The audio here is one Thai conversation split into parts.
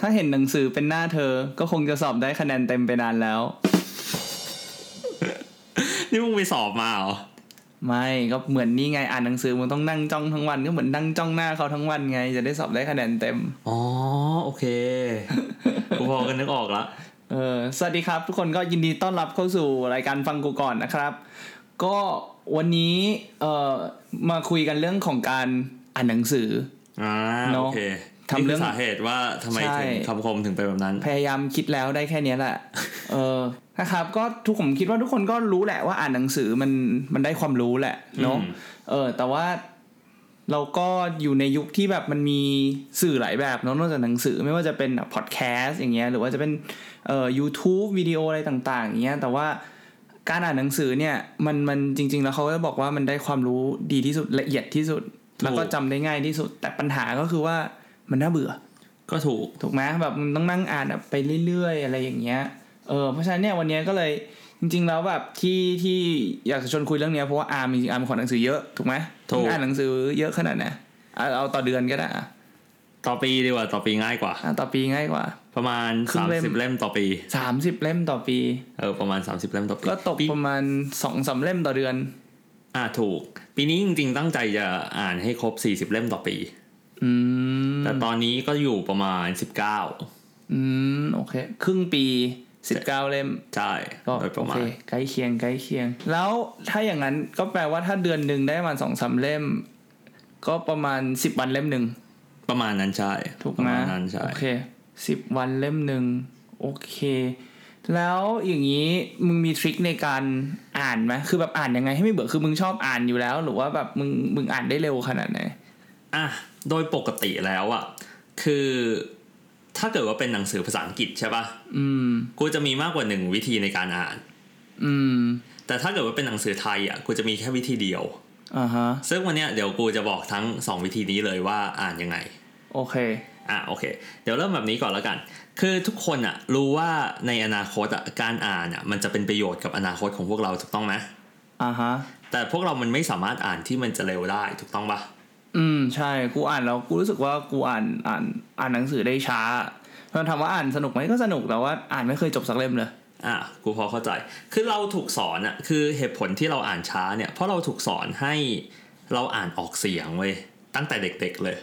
ถ้าเห็นหนังสือเป็นหน้าเธอ ก็คงจะสอบได้คะแนนเต็มไปนานแล้ว นี่มึงไปสอบมาเหรอ ไม่ก็เหมือนนี่ไงอ่านหนังสือมึงต้องนั่งจ้องทั้งวันก็เหมือนนั่งจ้องหน้าเขาทั้งวันไง จะได้สอบได้คะแนนเต็ม อ๋อโอเคกูพอกันนึกออกละ เออสวัสดีครับ ทุกคนก็ยินดีต้อนรับเข้าสู่รายการฟังกูก่อนนะครับ ก็วันนี้เอ่อมาคุยกันเรื่องของการอ่านหนังสือ อ่า เนอะ โอเค ทำ นี่ เรื่ คือ อง สาเหตุว่าทำไม ใช่ ถึงคำคมถึงเป็นแบบนั้น พยายามคิดแล้วได้แค่เนี้ยแหละ เออนะครับก็ทุกผมคิดว่าทุกคนก็รู้แหละว่าอ่านหนังสือมันมันได้ความรู้แหละเนาะ อืม เออแต่ว่าเราก็อยู่ในยุคที่แบบมันมีสื่อหลายแบบเนาะนอกจากหนังสือไม่ว่าจะเป็นพอดแคสต์อย่างเงี้ยหรือว่าจะเป็นเอ่อ YouTube วิดีโออะไรต่างๆอย่างเงี้ยแต่ว่าการอ่านหนังสือเนี่ยมันมันจริง ๆ แล้วเขาก็บอกว่ามันได้ความรู้ดีที่สุดละเอียดที่สุด แล้วก็จำได้ง่ายที่สุด แต่ปัญหาก็คือว่ามันน่าเบื่อ ก็ถูก ถูกไหมแบบมันต้องนั่งอ่านแบบไปเรื่อยๆ อะไรอย่างเงี้ยเออเพราะฉะนั้นเนี่ยวันเนี้ยก็เลยจริง ๆ แล้วแบบที่ที่อยากจะชวนคุยเรื่องเนี้ยเพราะว่าอาร์มจริงๆอาร์มเป็นคนหนังสือเยอะถูกไหม ถูก มึงอ่านหนังสือเยอะขนาดไหนเอาเอาต่อเดือนก็ได้อ่ะ ต่อปีดีกว่าต่อปีง่ายกว่า อ่ะต่อปีง่ายกว่า ประมาณ ครึ่งเล่ม 30เล่มต่อปี สามสิบเล่มต่อปี เออประมาณ 30 เล่มต่อปี ก็ตก ปี ประมาณสองสามเล่มต่อเดือน อ่าถูก ปีนี้จริงๆตั้งใจจะอ่านให้ครบ 40 เล่มต่อปี อืม แต่ตอนนี้ก็อยู่ประมาณ 19 อืมโอเค ครึ่งปีสิบเก้าเล่ม ใช่ ก็ โดยป โอ ระมา เค ณ ใกล้เคียงใกล้เคียง แล้วถ้าอย่างนั้นก็แปลว่าถ้าเดือนหนึ่งได้ประมาณสองสามเล่ม ก็ประมาณสิบวันเล่มหนึ่ง ประมาณนั้นใช่ ถูก ประ ไหม มาณนั้นใช่ โอเคสิบวันเล่มหนึ่งโอเค แล้วอย่างนี้มึงมีทริคในการอ่านไหมคือแบบอ่านยังไงให้ไม่เบื่อคือมึงชอบอ่านอยู่แล้ว หรือว่าแบบมึงมึงอ่านได้เร็วขนาดไหน อ่ะโดยปกติแล้วอะคือถ้าเกิดว่าเป็นหนังสือภาษาอังกฤษใช่ปะ่ะ อืม กูจะมีมากกว่าหนึ่งวิธีในการอ่าน อืม แต่ถ้าเกิดว่าเป็นหนังสือไทยอะกูจะมีแค่วิธีเดียว อ่าฮะ ซึ่งวันเนี้ยเดี๋ยวกูจะบอกทั้งสองวิธีนี้เลยว่าอ่านยังไง โอเค อ่ะโอเค เดี๋ยวเริ่มแบบนี้ก่อนแล้วกัน คือทุกคนอะรู้ว่าในอนาคตอะการอ่านอะมันจะเป็นประโยชน์กับอนาคตของพวกเราถูกต้องไหม อ่าฮะ แต่พวกเรามันไม่สามารถอ่านที่มันจะเร็วได้ถูกต้องปะ อืมใช่กูอ่านแล้วกูรู้สึกว่ากูอ่านอ่านอ่านหนังสือได้ช้ามันถามว่าอ่านสนุกไหมก็สนุกแต่ว่าอ่านไม่เคยจบสักเล่มเลย อ่ะกูพอเข้าใจ คือเราถูกสอนอะคือเหตุผลที่เราอ่านช้าเนี่ย เพราะเราถูกสอนให้เราอ่านออกเสียงเว้ย ตั้งแต่เด็กๆเลย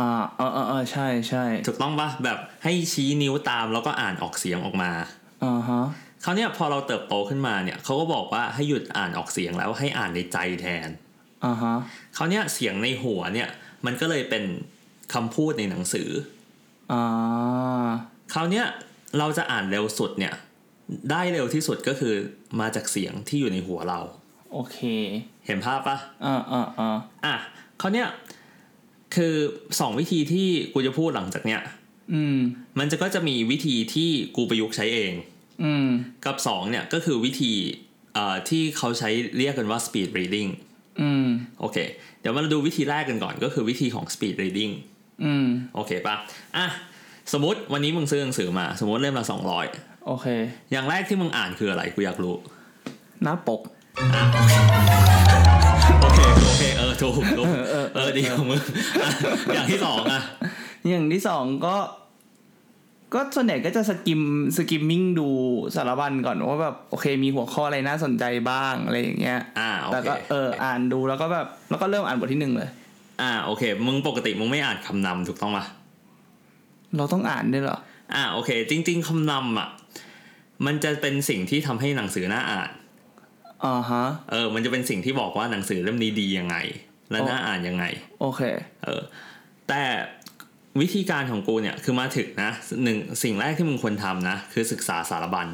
อ่าเออเออเออใช่ใช่ ถูกต้องปะแบบให้ชี้นิ้วตามแล้วก็อ่านออกเสียงออกมา อ่าฮะ เขาวเนี่ยพอเราเติบโตขึ้นมาเนี่ยเขาก็บอกว่าให้หยุดอ่านออกเสียงแล้วให้อ่านในใจแทน อ่าฮะ เขาวเนี่ยเสียงในหัวเนี่ยมันก็เลยเป็นคำพูดในหนังสือ อ่า เขาวเนี่ยเราจะอ่านเร็วสุดเนี่ยได้เร็วที่สุดก็คือมาจากเสียงที่อยู่ในหัวเรา โอเค เห็นภาพปะ อ่าอ่าอ่า อ่ะเขาวเนี่ยคือสองวิธีที่กูจะพูดหลังจากเนี้ย อืม มันจะก็จะมีวิธีที่กูประยุกต์ใช้เอง อืม กับสองเนี่ยก็คือวิธีเอ่อที่เขาใช้เรียกกันว่า speed reading อืม โอเค เดี๋ยวมาดูวิธีแรกกันก่อนก็คือวิธีของ speed reading อืม โอเคปะอ่ะสมมติวันนี้มึงซื้อหนังสือมา สมมติเล่มละ200 โอเค อย่างแรกที่มึงอ่านคืออะไรกูอยากรู้ หน้าปก โอเค โอเค เออถูกถูก เออเออ เออดีของมึงอ่ะอย่างที่สองอ่ะ อย่างที่สองก็ ก็ส่วนใหญ่ก็จะสกิมสกิมมิ่งดูสารบัญก่อนว่าแบบโอเค มีหัวข้ออะไรน่าสนใจบ้างอะไรอย่างเงี้ย อ่าโอ แต่ เค ก็เอออ่านดูแล้วก็แบบแล้วก็เริ่มอ่านบทที่หนึ่งเลย อ่าโอเค มึงปกติมึงไม่อ่านคำนำถูกต้องปะ เราต้องอ่านด้วยเหรอ อ่าโอเค จริง ๆคำนำอ่ะมันจะเป็นสิ่งที่ทำให้หนังสือน่าอ่าน อ่าฮะ เออมันจะเป็นสิ่งที่บอกว่าหนังสือเล่มนี้ดียังไง และ อ๋อ น่าอ่านยังไง โอเค เออแต่วิธีการของกูเนี่ยคือมาถึงนะหนึ่งสิ่งแรกที่มึงควรทำนะคือศึกษาสารบัญ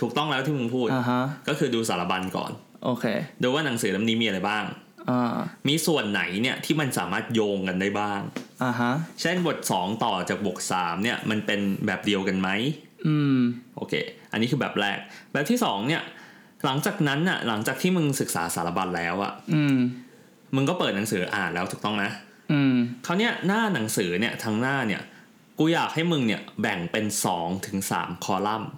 ถูกต้องแล้วที่มึงพูด อ่าฮะ ก็คือดูสารบัญก่อน โอเค ดูว่าหนังสือเล่มนี้มีอะไรบ้าง อ่า มีส่วนไหนเนี่ยที่มันสามารถโยงกันได้บ้าง อ่าฮะ เช่นบท 2 ต่อจากบท3เนี่ยมันเป็นแบบเดียวกันไหม อืม โอเค อันนี้คือแบบแรก แบบที่สองเนี่ย หลังจากนั้นน่ะ หลังจากที่มึงศึกษาสารบัญแล้วอะ อืม มึงก็เปิดหนังสืออ่านแล้วถูกต้องนะ อืม เขาวเนี่ยหน้าหนังสือเนี่ยทางหน้าเนี่ย กูอยากให้มึงเนี่ยแบ่งเป็น2ถึง3คอลัมน์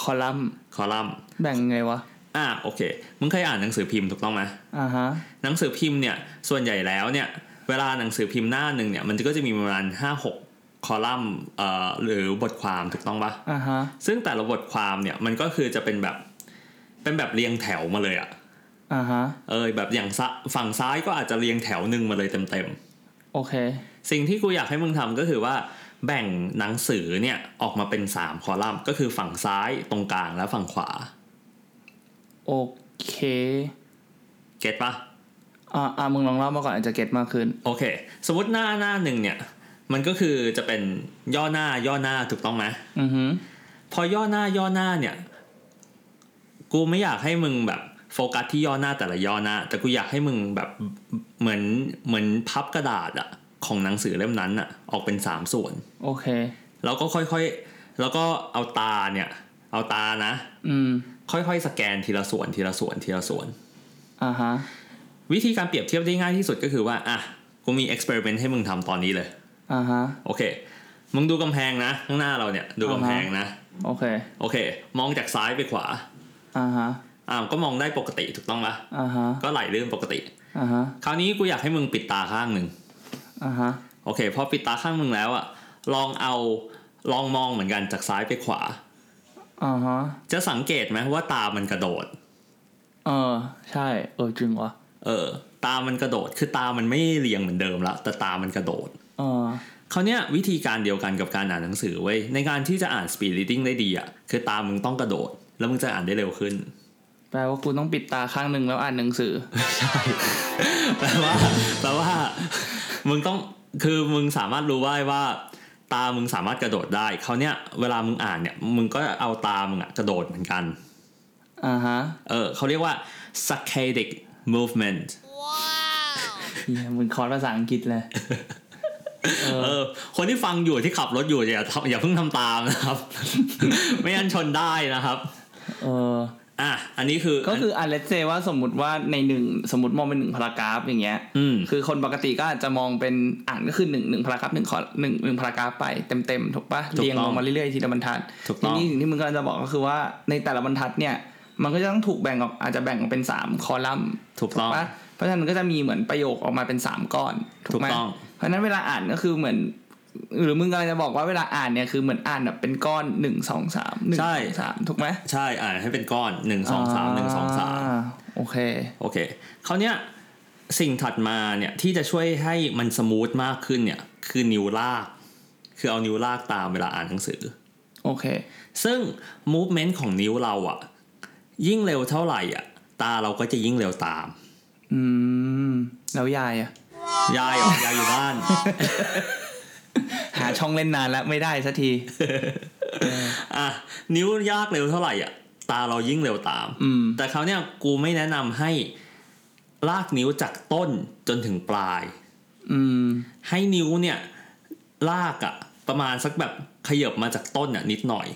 คอลัมน์ คอลัมน์ แบ่งไงวะ อ่ะโอเค มึงเคยอ่านหนังสือพิมพ์ถูกต้องไหม อ่าฮะ หนังสือพิมพ์เนี่ย ส่วนใหญ่แล้วเนี่ย เวลาหนังสือพิมพ์หน้าหนึ่งเนี่ย มันก็จะมีประมาณ5 6 คอลัมน์เอ่อหรือบทความถูกต้องปะ อ่าฮะ ซึ่งแต่ละบทความเนี่ยมันก็คือจะเป็นแบบเป็นแบบเรียงแถวมาเลยอะ อ่าฮะ เออแบบอย่างซะฝั่งซ้ายก็อาจจะเรียงแถวหนึ่งมาเลยเต็มๆ โอเค สิ่งที่กูอยากให้มึงทำก็คือว่าแบ่งหนังสือเนี่ยออกมาเป็น 3 คอลัมน์ก็คือฝั่งซ้ายตรงกลางและฝั่งขวา โอเค เก็ตปะ อ่าอ่ามึงลองเล่ามาก่อนอาจจะเก็ตมากขึ้น โอเค สมมติหน้าหน้าหนึ่งเนี่ย มันก็คือจะเป็นย่อหน้าย่อหน้าถูกต้องไหม อือฮึ พอย่อหน้าย่อหน้าเนี่ย กูไม่อยากให้มึงแบบโฟกัสที่ย่อหน้าแต่ละย่อหน้า แต่กูอยากให้มึงแบบเหมือนเหมือนพับกระดาษอะของหนังสือเล่มนั้นอะออกเป็นสามส่วน โอเค แล้วก็ค่อยๆ แล้วก็เอาตาเนี่ย เอาตานะ อืม ค่อยๆ สแกนทีละส่วนทีละส่วนทีละส่วน อ่าฮะ วิธีการเปรียบเทียบได้ง่ายที่สุดก็คือว่า อ่ะ กูมีเอ็กซ์เพร์เมนต์ให้มึงทำตอนนี้เลย อ่าฮะ โอเค มึงดูกำแพงนะ ข้างหน้าเราเนี่ย ดูกำแพงนะ โอเค โอเค มองจากซ้ายไปขวา อ่าฮะ อ่าก็มองได้ปกติถูกต้องปะ อ่าฮะ ก็ไหลลื่นปกติ อ่าฮะ คราวนี้กูอยากให้มึงปิดตาข้างหนึ่ง อ่าฮะ โอเค พอปิดตาข้างมึงแล้วอะลองเอา ลองมองเหมือนกันจากซ้ายไปขวา อ่าฮะ จะสังเกตไหมว่าตามันกระโดด เออ ใช่ เออจริงวะ เออ ตามันกระโดด คือตามันไม่เรียงเหมือนเดิมละ แต่ตามันกระโดด เออ เขาวเนี่ยวิธีการเดียวกันกับการอ่านหนังสือเว้ยในการที่จะอ่าน speed reading ได้ดีอะ่ะคือตามมึงต้องกระโดด แล้วมึงจะอ่านได้เร็วขึ้น แปลว่ากูต้องปิดตาข้างหนึ่งแล้วอ่านหนังสือ แปลว่าแปลว่า มึงต้องคือมึงสามารถรู้ไว้ว่า ตามึงสามารถกระโดดได้เขาวเนี่ยเวลามึงอ่านเนี่ยมึงก็เอาตามึงอะกระโดดเหมือนกัน อ่าฮะ เออเขาเรียกว่า saccadic movement เหี้ยมึงคอร์สภาษาอังกฤษเลย เออคนที่ฟังอยู่ที่ขับรถอยู่อย่าทำอย่าเพิ่งทำตามนะครับ ไม่งั้นชนได้นะครับ เออ อ่ะอันนี้คือ ก็คืออ่านเลเซว่าสมมติว่าในหนึ่งสมมติมองเป็นหนึ่งพารากราฟอย่างเงี้ย อืม คือคนปกติก็อาจจะมองเป็นอ่านก็คือหนึ่งหนึ่งพารากราฟหนึ่งขอหนึ่งหนึ่งพารากราฟไปเต็มเต็มๆถูกปะ ถูกต้อง เรียงลงมาเรื่อยๆทีละบรรทัด ถูกต้อง ทีนี้สิ่งที่มึงกำลังจะบอกก็คือว่าในแต่ละบรรทัดเนี่ย มันก็จะต้องถูกแบ่งออกอาจจะแบ่งออกเป็นสามคอลัมน์ ถูกต้อง ปะเพราะฉะนั้นมันก็จะมีเหมือนประโยคออกมาเป็นสามก้อนถูกไหม ถูกต้อง เพราะฉะนั้นเวลาอ่านก็คือเหมือน หรือมึงกำลังจะบอกว่าเวลาอ่านเนี่ยคือเหมือนอ่านแบบเป็นก้อนหนึ่งสองสามหนึ่งสองสามถูกไหม ใช่ อ่านให้เป็นก้อนหนึ่งสองสามหนึ่งสองสาม อ่โอเค โอเคคราวเนี้ยสิ่งถัดมาเนี่ยที่จะช่วยให้มันสมูทมากขึ้นเนี่ยคือนิ้วลาก คือเอานิ้วลากตามเวลาอ่านหนังสือ โอเค ซึ่ง movement ของนิ้วเราอะยิ่งเร็วเท่าไหร่อะตาเราก็จะยิ่งเร็วตาม อืม แล้วยายอะ ยายเหรอยายอยู่บ้าน หาช่องเล่นนานแล้วไม่ได้สักที อ่ะนิ้วยากเร็วเท่าไหร่อะตาเรายิ่งเร็วตาม อืม แต่คราวเนี้ยกูไม่แนะนำให้ลากนิ้วจากต้นจนถึงปลาย อืม ให้นิ้วเนี่ยลากอะประมาณสักแบบขยบมาจากต้นอะนิดหน่อย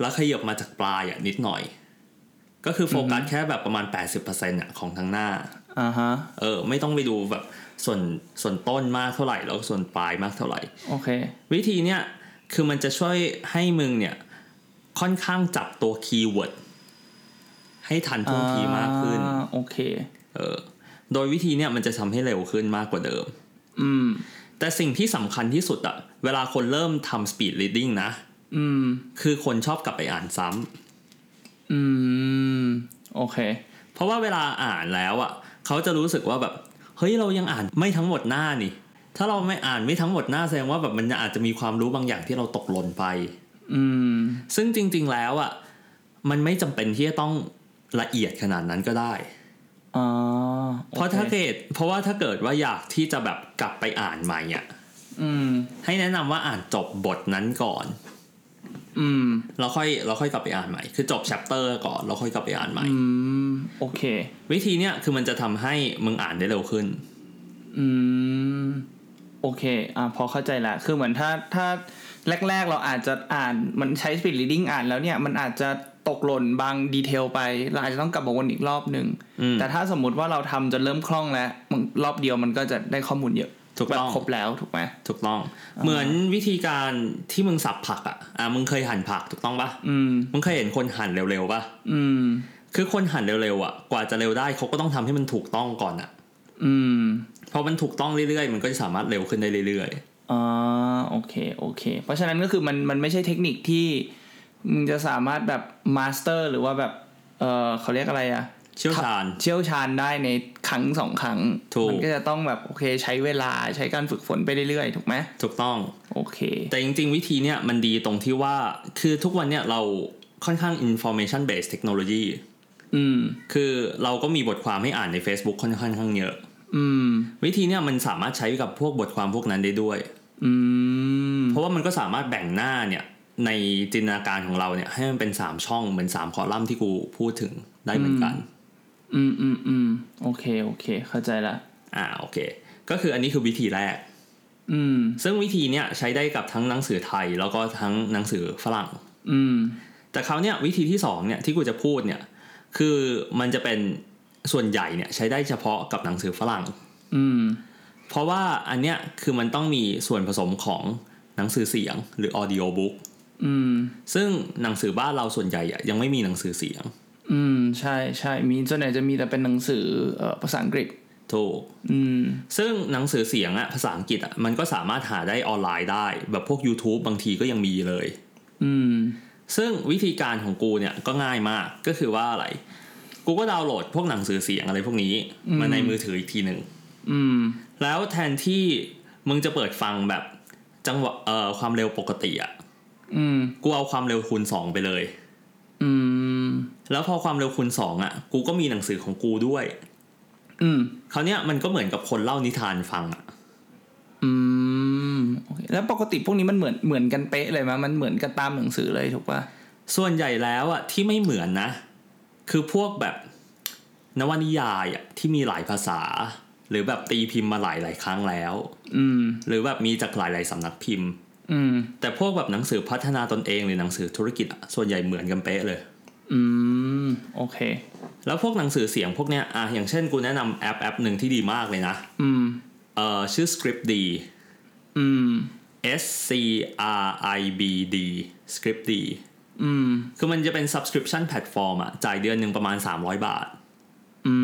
แล้วขยบมาจากปลายอะนิดหน่อย ก็คือโฟกัสแค่แบบประมาณ 80%อะของทางหน้า อ่าฮะ เออ ไม่ต้องไปดูแบบส่วนส่วนต้นมากเท่าไหร่ แล้วก็ส่วนปลายมากเท่าไหร่ โอเค วิธีเนี่ยคือมันจะช่วยให้มึงเนี่ยค่อนข้างจับตัวคีย์เวิร์ดให้ทันท่วงทีมากขึ้น อ่โอเค เออ โดยวิธีเนี่ยมันจะทำให้เร็วขึ้นมากกว่าเดิม อืม แต่สิ่งที่สำคัญที่สุดอะเวลาคนเริ่มทำ speed reading นะ อืม คือคนชอบกลับไปอ่านซ้ อืม โอเค ำ เพราะว่าเวลาอ่านแล้วอะเขาจะรู้สึกว่าแบบ เฮ้ยเรายังอ่านไม่ทั้งหมดหน้านี่ ถ้าเราไม่อ่านไม่ทั้งหมดหน้าแสดงว่าแบบมันอาจจะมีความรู้บางอย่างที่เราตกหล่นไป อืม ซึ่งจริง ๆ แล้วอะมันไม่จำเป็นที่จะต้องละเอียดขนาดนั้นก็ได้ อ่าโอค เพราะถ้าเกิด เพราะว่าถ้าเกิดว่าอยากที่จะแบบกลับไปอ่านใหม่อะ อืม ให้แนะนำว่าอ่านจบบทนั้นก่อน อืม เราค่อยเราค่อยกลับไปอ่านใหม่ คือจบแชปเตอร์ก่อนเราค่อยกลับไปอ่านใหม่ อืม โอเค วิธีเนี้ยคือมันจะทำให้มึงอ่านได้เร็วขึ้น อืม โอเค อ่าพอเข้าใจละ คือเหมือนถ้าถ้าแรก ๆ เราอาจจะอ่านมันใช้ speed reading อ่านแล้วเนี่ย มันอาจจะตกหล่นบางดีเทลไป เราอาจจะต้องกลับมาวนอีกรอบหนึ่ง อืม แต่ถ้าสมมุติว่าเราทำจนเริ่มคล่องแล้วมันรอบเดียวมันก็จะได้ข้อมูลเยอะ ถูก แบ ต้ บ อง ครบแล้วถูกไหม ถูกต้อง เหมือนวิธีการที่มึงสับผักอ่ะอ่ะมึงเคยหั่นผักถูกต้องปะ อืม มึงเคยเห็นคนหั่นเร็วๆปะ อืม คือคนหั่นเร็วๆอ่ะกว่าจะเร็วได้เขาก็ต้องทำให้มันถูกต้องก่อนอ่ะ อืม พอมันถูกต้องเรื่อยๆ มันก็จะสามารถเร็วขึ้นได้เรื่อย อ่าโอเคโอเค เพราะฉะนั้นก็คือมันมันไม่ใช่เทคนิคที่มึงจะสามารถแบบมาสเตอร์หรือว่าแบบเออเขาเรียกอะไรอะ เชี่ยวชาญ เชี่ยวชาญได้ในครั้งสองครั้ง ถูก มัก็จะต้องแบบโอเคใช้เวลาใช้การฝึกฝนไปเรื่อยๆ ถูกไหม ถูกต้อง โอเค แต่จริงๆ วิธีเนี่ยมันดีตรงที่ว่าคือทุกวันเนี่ยเราค่อนข้าง information based technology อืม คือเราก็มีบทความให้อ่านใน Facebook ค่อนข้างเยอะ อืม วิธีเนี่ยมันสามารถใช้กับพวกบทความพวกนั้นได้ด้วย อืม เพราะว่ามันก็สามารถแบ่งหน้าเนี่ยในจินตนาการของเราเนี่ยให้มันเป็น 3 ช่องเหมือน 3 คอลัมน์ที่กูพูดถึงได้เหมือนกัน อืมอืมอืมโอเคโอเค เข้าใจละ อ่าโอเค ก็คืออันนี้คือวิธีแรก อืม ซึ่งวิธีเนี่ยใช้ได้กับทั้งหนังสือไทย แล้วก็ทั้งหนังสือฝรั่ง อืม แต่คราวเนี้ยวิธีที่สองเนี่ยที่กูจะพูดเนี่ยคือมันจะเป็นส่วนใหญ่เนี่ยใช้ได้เฉพาะกับหนังสือฝรั่ง อืม เพราะว่าอันเนี้ยคือมันต้องมีส่วนผสมของหนังสือเสียงหรือ audio book อืม ซึ่งหนังสือบ้านเราส่วนใหญ่อะยังไม่มีหนังสือเสียง อืม ใช่ใช่มีส่วนไหนจะมีแต่เป็นหนังสือเอ่อภาษาอังกฤษ ถูก อืม ซึ่งหนังสือเสียงอะภาษาอังกฤษอะมันก็สามารถหาได้ออนไลน์ได้ แบบพวก YouTube บางทีก็ยังมีเลย อืม ซึ่งวิธีการของกูเนี่ยก็ง่ายมากก็คือว่าอะไร กูก็ดาวน์โหลดพวกหนังสือเสียงอะไรพวกนี้มาในมือถืออีกทีหนึ่ง อืม แล้วแทนที่มึงจะเปิดฟังแบบจังหวะเอ่อความเร็วปกติอะ อืม กูเอาความเร็วคูณสองไปเลย อืม แล้วพอความเร็วคูณสองอะกูก็มีหนังสือของกูด้วย อืม คราวเนี้ยมันก็เหมือนกับคนเล่านิทานฟังอะ อืมโอเคแล้วปกติพวกนี้มันเหมือนเหมือนกันเป๊ะเลยมั้ยมันเหมือนกันตามหนังสือเลยถูกป่ะ ส่วนใหญ่แล้วอะที่ไม่เหมือนนะ คือพวกแบบนวนิยายอะที่มีหลายภาษา หรือแบบตีพิมพ์มาหลายหลายๆครั้งแล้ว อืม หรือแบบมีจากหลายหลายๆสำนักพิมพ์ อืม แต่พวกแบบหนังสือพัฒนาตนเองหรือหนังสือธุรกิจอะส่วนใหญ่เหมือนกันเป๊ะเลย อืม โอเค แล้วพวกหนังสือเสียงพวกเนี้ยอ่ะอย่างเช่นกูแนะนำแอปแอปหนึ่งที่ดีมากเลยนะ อืม เอ่อชื่อ Script D อืม S C R I B D Script D อืม คือมันจะเป็น subscription platform อะจ่ายเดือนหนึ่งประมาณ 300 บาท อื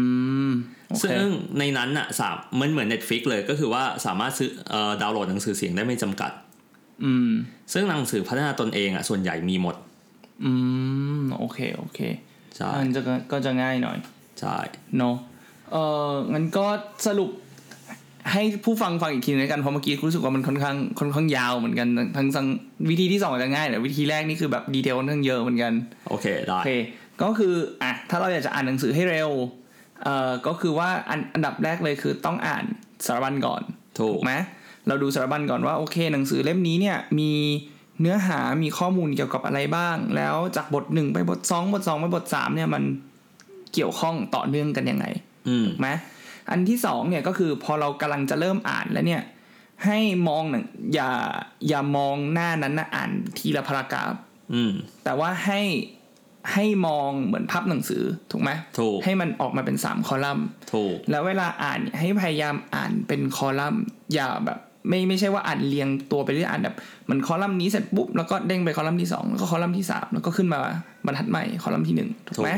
ม โอเค ซึ่งในนั้นอะสามมันเหมือน Netflix เลยก็คือว่าสามารถซื้อเอ่อดาวน์โหลดหนังสือเสียงได้ไม่จำกัด อืม ซึ่งหนังสือพัฒนาตนเองอะส่วนใหญ่มีหมด อืม โอเค โอเค ใช่ อันจะก็ก็จะง่ายหน่อย ใช่ เนาะเอองั้นก็สรุปให้ผู้ฟังฟังอีกทีหนึงแล้วกันเพราะเมื่อกี้รู้สึกว่ามันค่อนข้างค่อนข้างยาวเหมือนกันทั้งทั้งวิธีที่สองอาจจะง่ายแต่วิธีแรกนี่คือแบบดีเทลค่อนข้างเยอะเหมือนกัน โอเคได้ โอเค ก็คืออ่ะถ้าเราอยากจะอ่านหนังสือให้เร็ว เอ่อ ก็คือว่าอันอันดับแรกเลยคือต้องอ่านสารบัญก่อน ถูก ถูกไหมเราดูสารบัญก่อนว่าโอเค หนังสือเล่มนี้เนี่ยมีเนื้อหามีข้อมูลเกี่ยวกับอะไรบ้าง แล้วจากบทหนึ่งไปบทสองบทสองไปบทสามเนี่ยมันเกี่ยวข้องต่อเนื่องกันยังไง อืม ถูกไหมอันที่สองเนี่ยก็คือพอเรากำลังจะเริ่มอ่านแล้วเนี่ยให้มองหนังอย่าอย่ามองหน้านั้นนะอ่านทีละพารากราฟ อืม แต่ว่าให้ให้มองเหมือนพับหนังสือถูกไหม ถูก ให้มันออกมาเป็นสามคอลัมน์ ถูก แล้วเวลาอ่านเนี่ยให้พยายามอ่านเป็นคอลัมน์ อย่าแบบไม่ไม่ใช่ว่าอ่านเรียงตัวไปเรื่อยอ่านแบบเหมันคอลัมน์นี้เสร็จปุ๊บแล้วก็เด้งไปคอลัมน์ที่สองแล้วก็คอลัมน์ที่สามแล้วก็ขึ้นมาบรรทัดใหม่คอลัมน์ที่หนึ่งถูกไหม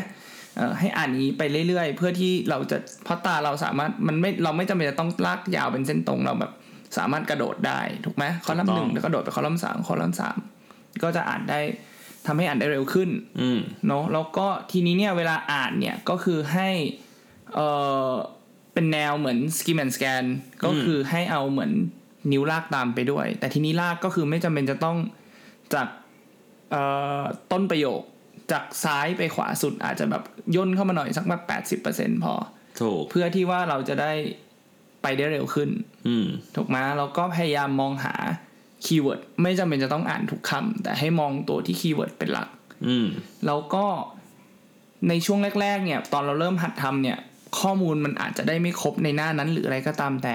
เอ่อให้อ่านอย่างนี้ไปเรื่อยๆ เพื่อที่เราจะเพราะตาเราสามารถมันไม่เราไม่จำเป็นจะต้องลากยาวเป็นเส้นตรงเราแบบสามารถกระโดดได้ถูกไหมคอลัมน์หนึ่งแล้วกระโดดไปคอลัมน์สามคอลัมน์สามก็จะอ่านได้ทำให้อ่านได้เร็วขึ้น อืม เนาะแล้วก็ทีนี้เนี่ยเวลาอ่านเนี่ยก็คือให้เออเป็นแนวเหมือน skim and scan ก็คือให้เอาเหมือนนิ้วลากตามไปด้วย แต่ทีนี้ลากก็คือไม่จำเป็นจะต้องจากเอ่อต้นประโยคจากซ้ายไปขวาสุดอาจจะแบบย่นเข้ามาหน่อยสักแบบแปดสิบเปอร์เซ็นพอ ถูก เพื่อที่ว่าเราจะได้ไปได้เร็วขึ้น อืม ถูกไหมแล้วก็พยายามมองหาคีย์เวิร์ดไม่จำเป็นจะต้องอ่านทุกคำแต่ให้มองตัวที่คีย์เวิร์ดเป็นหลัก อืม แล้วก็ในช่วงแรก ๆ เนี่ย ตอนเราเริ่มหัดทำเนี่ย ข้อมูลมันอาจจะได้ไม่ครบในหน้านั้นหรืออะไรก็ตามแต่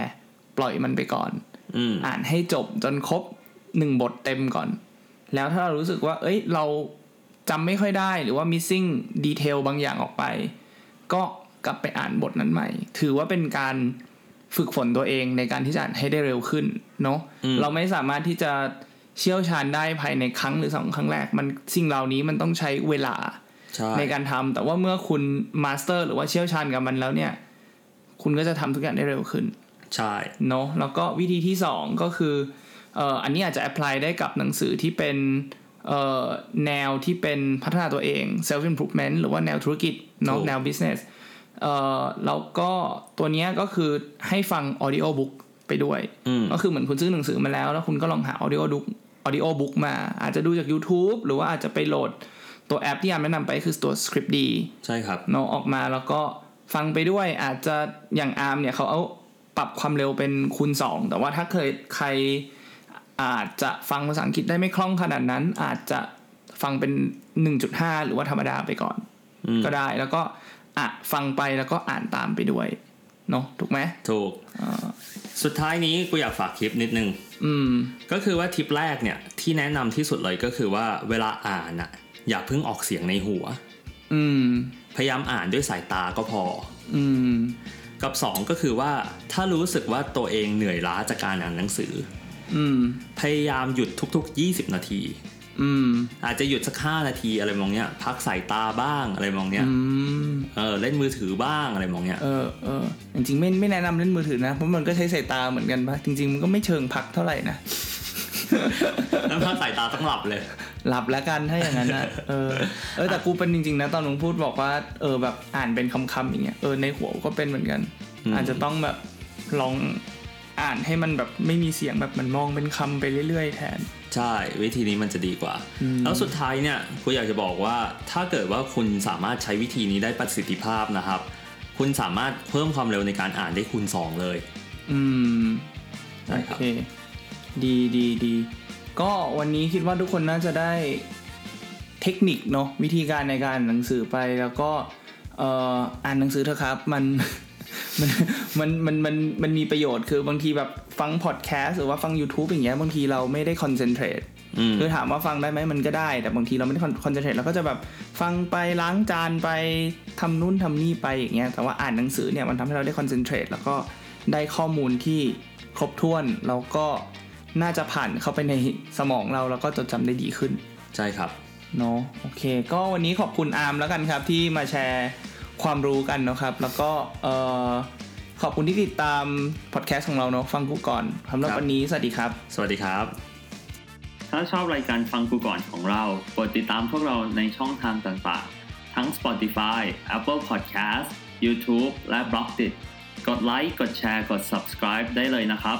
ปล่อยมันไปก่อน อืม อ่านให้จบจนครบหนึ่งบทเต็มก่อน แล้วถ้าเรารู้สึกว่า เอ้ย เราจำไม่ค่อยได้หรือว่า missing detail บางอย่างออกไป ก็กลับไปอ่านบทนั้นใหม่ ถือว่าเป็นการฝึกฝนตัวเองในการที่จะอ่านให้ได้เร็วขึ้นเนาะ เราไม่สามารถที่จะเชี่ยวชาญได้ภายในครั้งหรือสองครั้งแรก มันสิ่งเหล่านี้มันต้องใช้เวลา ใช่ ในการทำแต่ว่าเมื่อคุณมาสเตอร์หรือว่าเชี่ยวชาญกับมันแล้วเนี่ย คุณก็จะทำทุกอย่างได้เร็วขึ้น ใช่ เนาะแล้วก็วิธีที่สองก็คือ เอ่ออันนี้อาจจะแอพพลายได้กับหนังสือที่เป็นเอ่อแนวที่เป็นพัฒนาตัวเอง self improvement หรือว่าแนวธุรกิจเนาะ ถูก แนว business เอ่อแล้วก็ตัวเนี้ยก็คือให้ฟัง audio book ไปด้วย อืม ก็คือเหมือนคุณซื้อหนังสือมาแล้วแล้วคุณก็ลองหา audio book audio book มา อาจจะดูจาก YouTube หรือว่าอาจจะไปโหลดตัวแอปที่อามแนะนำไปคือตัว Script D ใช่ครับ เนาะออกมาแล้วก็ฟังไปด้วยอาจจะอย่างอาร์มเนี่ยเขาเอาปรับความเร็วเป็นคูณ 2 แต่ว่าถ้าเคยใครอาจจะฟังภาษาอังกฤษได้ไม่คล่องขนาดนั้น อาจจะฟังเป็น 1.5 หรือว่าธรรมดาไปก่อน อืม ก็ได้แล้วก็อ่ะฟังไปแล้วก็อ่านตามไปด้วยเนาะถูกไหม ถูก สุดท้ายนี้กูอยากฝากคลิปนิดนึง อืม ก็คือว่าทริปแรกเนี่ยที่แนะนำที่สุดเลยก็คือว่าเวลาอ่านอ่ะอย่าเพิ่งออกเสียงในหัว อืม พยายามอ่านด้วยสายตาก็พอ อืม กับ 2 ก็คือว่าถ้ารู้สึกว่าตัวเองเหนื่อยล้าจากการอ่านหนังสือ อืม พยายามหยุดทุก ๆ 20 นาที อืม อาจจะหยุดสัก 5 นาทีอะไรมองเนี้ยพักสายตาบ้างอะไรมองเนี้ย อืม เออเล่นมือถือบ้างอะไรมองเนี้ย เออเออจริงๆไม่ไม่แนะนำเล่นมือถือนะ เพราะมันก็ใช้สายตาเหมือนกันปะจริง ๆ มันก็ไม่เชิงพักเท่าไหร่นะ นั่นพักสายตาต้องหลับเลย หลับแล้วกันถ้าอย่างนั้นนะเออเออแต่กูเป็นจริงๆนะตอนหลวงพูดบอกว่าเออแบบอ่านเป็นคำๆอย่างเงี้ยเออในหัวก็เป็นเหมือนกัน อืม อาจจะต้องแบบลองอ่านให้มันแบบไม่มีเสียงแบบมันมองเป็นคำไปเรื่อยๆแทน ใช่ วิธีนี้มันจะดีกว่า อืม แล้วสุดท้ายเนี่ยคุณอยากจะบอกว่าถ้าเกิดว่าคุณสามารถใช้วิธีนี้ได้ประสิทธิภาพนะครับ คุณสามารถเพิ่มความเร็วในการอ่านได้คูณสองเลย อืม ได้ โอ ครับ เคดีดีดีก็วันนี้คิดว่าทุกคนน่าจะได้เทคนิคเนาะวิธีการในการอ่านหนังสือไปแล้วก็เอ่ออ่านหนังสือเถอะครับ มัน มันมันมันมันมันมีประโยชน์คือบางทีแบบฟังพอดแคสต์หรือว่าฟัง YouTube อย่างเงี้ยบางทีเราไม่ได้คอนเซนเทรต อืม คือถามว่าฟังได้ไหมมันก็ได้ แต่บางทีเราไม่ได้คอนเซนเทรตเราก็จะแบบฟังไปล้างจานไปทำนู่นทำนี่ไปอย่างเงี้ยแต่ว่าอ่านหนังสือเนี่ยมันทำให้เราได้คอนเซนเทรตแล้วก็ได้ข้อมูลที่ครบถ้วนแล้วก็น่าจะผ่านเข้าไปในสมองเราแล้วก็จดจำได้ดีขึ้น ใช่ครับ เนาะโอเค ก็วันนี้ขอบคุณอาร์มแล้วกันครับที่มาแชร์ความรู้กันเนอะครับ แล้วก็เอ่อขอบคุณที่ติดตามพอดแคสต์ของเราเนาะฟังกูก่อนสำหรับ ครับ วันนี้สวัสดีครับ สวัสดีครับ ถ้าชอบรายการฟังกูก่อนของเรา กดติดตามพวกเราในช่องทางต่างๆ ทั้ง Spotify, Apple Podcast, YouTube และ b l o g d i t กดไลค์ กดแชร์ กด subscribe ได้เลยนะครับ